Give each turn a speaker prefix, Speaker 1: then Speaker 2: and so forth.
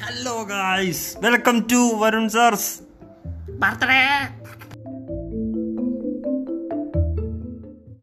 Speaker 1: Hello guys, welcome to Varun Sir's birthday.